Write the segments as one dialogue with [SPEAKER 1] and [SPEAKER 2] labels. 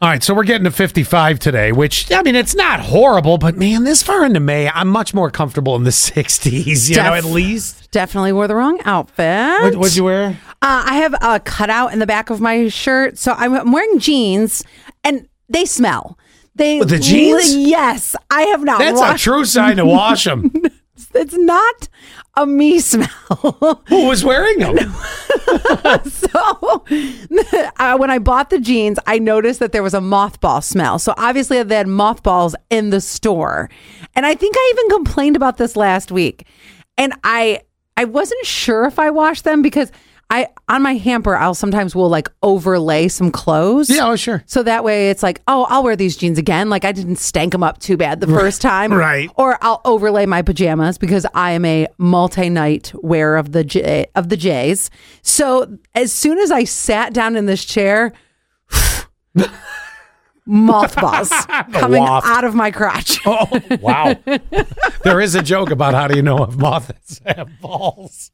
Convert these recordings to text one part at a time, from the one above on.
[SPEAKER 1] All right, so we're getting to 55 today, which I mean, it's not horrible, but man, this far into May, I'm much more comfortable in the 60s. You know, at
[SPEAKER 2] Def-
[SPEAKER 1] least.
[SPEAKER 2] Definitely wore the wrong outfit.
[SPEAKER 1] What, what'd you wear?
[SPEAKER 2] Uh, I have a cutout in the back of my shirt, so I'm, I'm wearing jeans, and they smell. They
[SPEAKER 1] With the jeans?
[SPEAKER 2] yes, I have not.
[SPEAKER 1] That's a
[SPEAKER 2] washed-
[SPEAKER 1] true sign to wash them.
[SPEAKER 2] It's not a me smell.
[SPEAKER 1] Who was wearing them?
[SPEAKER 2] so uh, when I bought the jeans, I noticed that there was a mothball smell. So obviously, they had mothballs in the store, and I think I even complained about this last week. And I I wasn't sure if I washed them because I on my hamper I'll sometimes will like overlay some clothes.
[SPEAKER 1] Yeah, oh, sure.
[SPEAKER 2] So that way it's like, oh, I'll wear these jeans again. Like I didn't stank them up too bad the first time.
[SPEAKER 1] Right.
[SPEAKER 2] Or I'll overlay my pajamas because I am a multi-night wear of the J- of the J's. So as soon as I sat down in this chair, mothballs coming
[SPEAKER 1] waft.
[SPEAKER 2] out of my crotch.
[SPEAKER 1] Oh, wow. there is a joke about how do you know if moths have balls?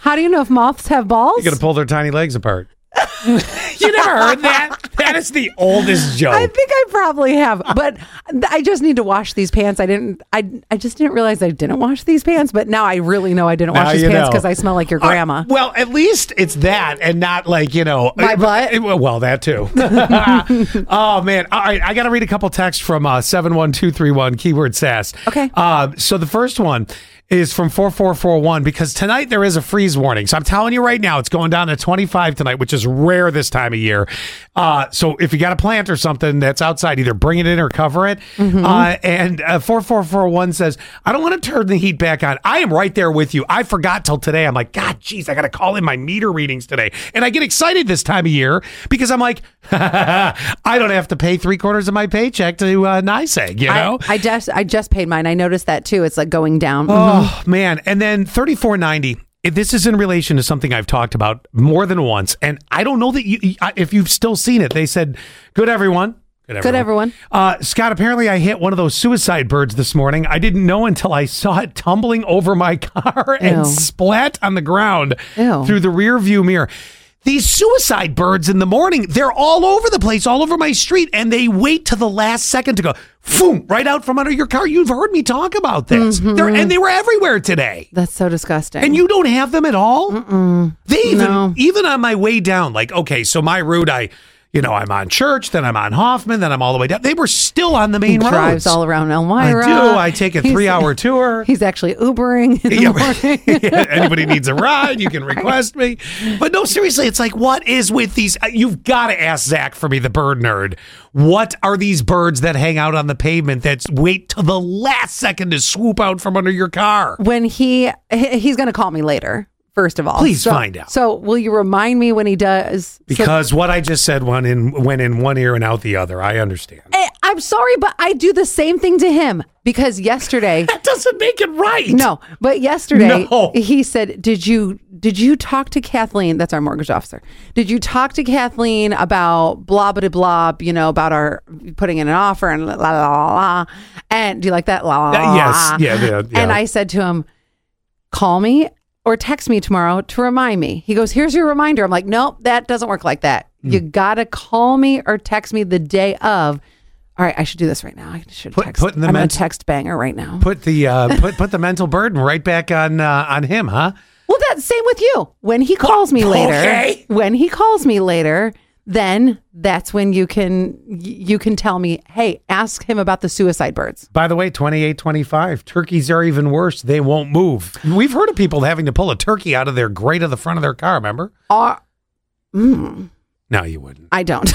[SPEAKER 2] How do you know if moths have balls?
[SPEAKER 1] You're going to pull their tiny legs apart. you never heard that? That is the oldest joke.
[SPEAKER 2] I think I probably have, but I just need to wash these pants. I didn't. I I just didn't realize I didn't wash these pants, but now I really know I didn't
[SPEAKER 1] Now
[SPEAKER 2] wash these
[SPEAKER 1] you
[SPEAKER 2] pants
[SPEAKER 1] know.
[SPEAKER 2] because I smell like your
[SPEAKER 1] Uh,
[SPEAKER 2] grandma.
[SPEAKER 1] well, at least it's that and not like, you know,
[SPEAKER 2] My butt?
[SPEAKER 1] it- well, that too. oh, man. All right. I got to read a couple texts from uh, 71231, keyword sass.
[SPEAKER 2] Okay.
[SPEAKER 1] Uh, so the first one is from 4441 because tonight there is a freeze warning. So I'm telling you right now, it's going down to 25 tonight, which is rare this time of year. Uh, so if you got a plant or something that's outside, either bring it in or cover it. Uh, and uh, 4441 says, I don't want to turn the heat back on. I am right there with you. I forgot till today. I'm like, God, geez, I got to call in my meter readings today. And I get excited this time of year because I'm like, I don't have to pay three quarters of my paycheck to uh, NYSEG, you know?
[SPEAKER 2] I, I just I just paid mine. I noticed that too. It's like going down.
[SPEAKER 1] Oh man! And then thirty-four ninety. This is in relation to something I've talked about more than once, and I don't know that you I- if you've still seen it. They said, "Good everyone." Good everyone.
[SPEAKER 2] everyone.
[SPEAKER 1] Uh, Scott, apparently I hit one of those suicide birds this morning. I didn't know until I saw it tumbling over my car and
[SPEAKER 2] Ew.
[SPEAKER 1] splat on the ground
[SPEAKER 2] Ew.
[SPEAKER 1] through the rear view mirror. These suicide birds in the morning, they're all over the place, all over my street, and they wait to the last second to go, boom, right out from under your car. You've heard me talk about this.
[SPEAKER 2] Mm-hmm.
[SPEAKER 1] They're, and they were everywhere today.
[SPEAKER 2] That's so disgusting.
[SPEAKER 1] And you don't have them at all? They even,
[SPEAKER 2] No.
[SPEAKER 1] even on my way down, like, okay, so my route, I, you know, I'm on Church, then I'm on Hoffman, then I'm all the way down. They were still on the
[SPEAKER 2] he
[SPEAKER 1] main road.
[SPEAKER 2] drives all around
[SPEAKER 1] I
[SPEAKER 2] Elmira.
[SPEAKER 1] do. I take a
[SPEAKER 2] He's-
[SPEAKER 1] three-hour tour.
[SPEAKER 2] He's actually Ubering. in the
[SPEAKER 1] Yeah,
[SPEAKER 2] morning.
[SPEAKER 1] right. Anybody needs a ride, you can request me. But no, seriously, it's like, what is with these? uh, You've got to ask Zach for me, the bird nerd. What are these birds that hang out on the pavement that wait till the last second to swoop out from under your car?
[SPEAKER 2] When he he- he's going to call me later. First of all,
[SPEAKER 1] Please
[SPEAKER 2] So-
[SPEAKER 1] find out.
[SPEAKER 2] So will you remind me when he does? So-
[SPEAKER 1] Because what I just said went in went in one ear and out the other. I understand.
[SPEAKER 2] Eh, I'm sorry, but I do the same thing to him because yesterday
[SPEAKER 1] That doesn't make it right.
[SPEAKER 2] No, but yesterday
[SPEAKER 1] No.
[SPEAKER 2] he said, "Did you did you talk to Kathleen? That's our mortgage officer. Did you talk to Kathleen about blah blah blah? You know about our putting in an offer and la la la la. And do you like that? La la. la,
[SPEAKER 1] Uh, yes.
[SPEAKER 2] la.
[SPEAKER 1] Yeah, yeah, yeah.
[SPEAKER 2] And I said to him, "Call me or text me tomorrow to remind me." He goes, "Here's your reminder." I'm like, "Nope, that doesn't work like that.
[SPEAKER 1] Hmm.
[SPEAKER 2] You gotta call me or text me the day of." All right, I should do this right now. I should
[SPEAKER 1] Put-
[SPEAKER 2] text.
[SPEAKER 1] put in the
[SPEAKER 2] I'm
[SPEAKER 1] ment-
[SPEAKER 2] gonna text banger right now.
[SPEAKER 1] Put the uh, put put the mental burden right back on uh, on him, huh?
[SPEAKER 2] Well, that's same with you. When he calls me later,
[SPEAKER 1] Okay.
[SPEAKER 2] when he calls me later, then that's when you can y- you can tell me, hey, ask him about the suicide birds.
[SPEAKER 1] By the way, 28 25, turkeys are even worse. They won't move. We've heard of people having to pull a turkey out of their grate of the front of their car, remember?
[SPEAKER 2] Are
[SPEAKER 1] No, you wouldn't.
[SPEAKER 2] I don't.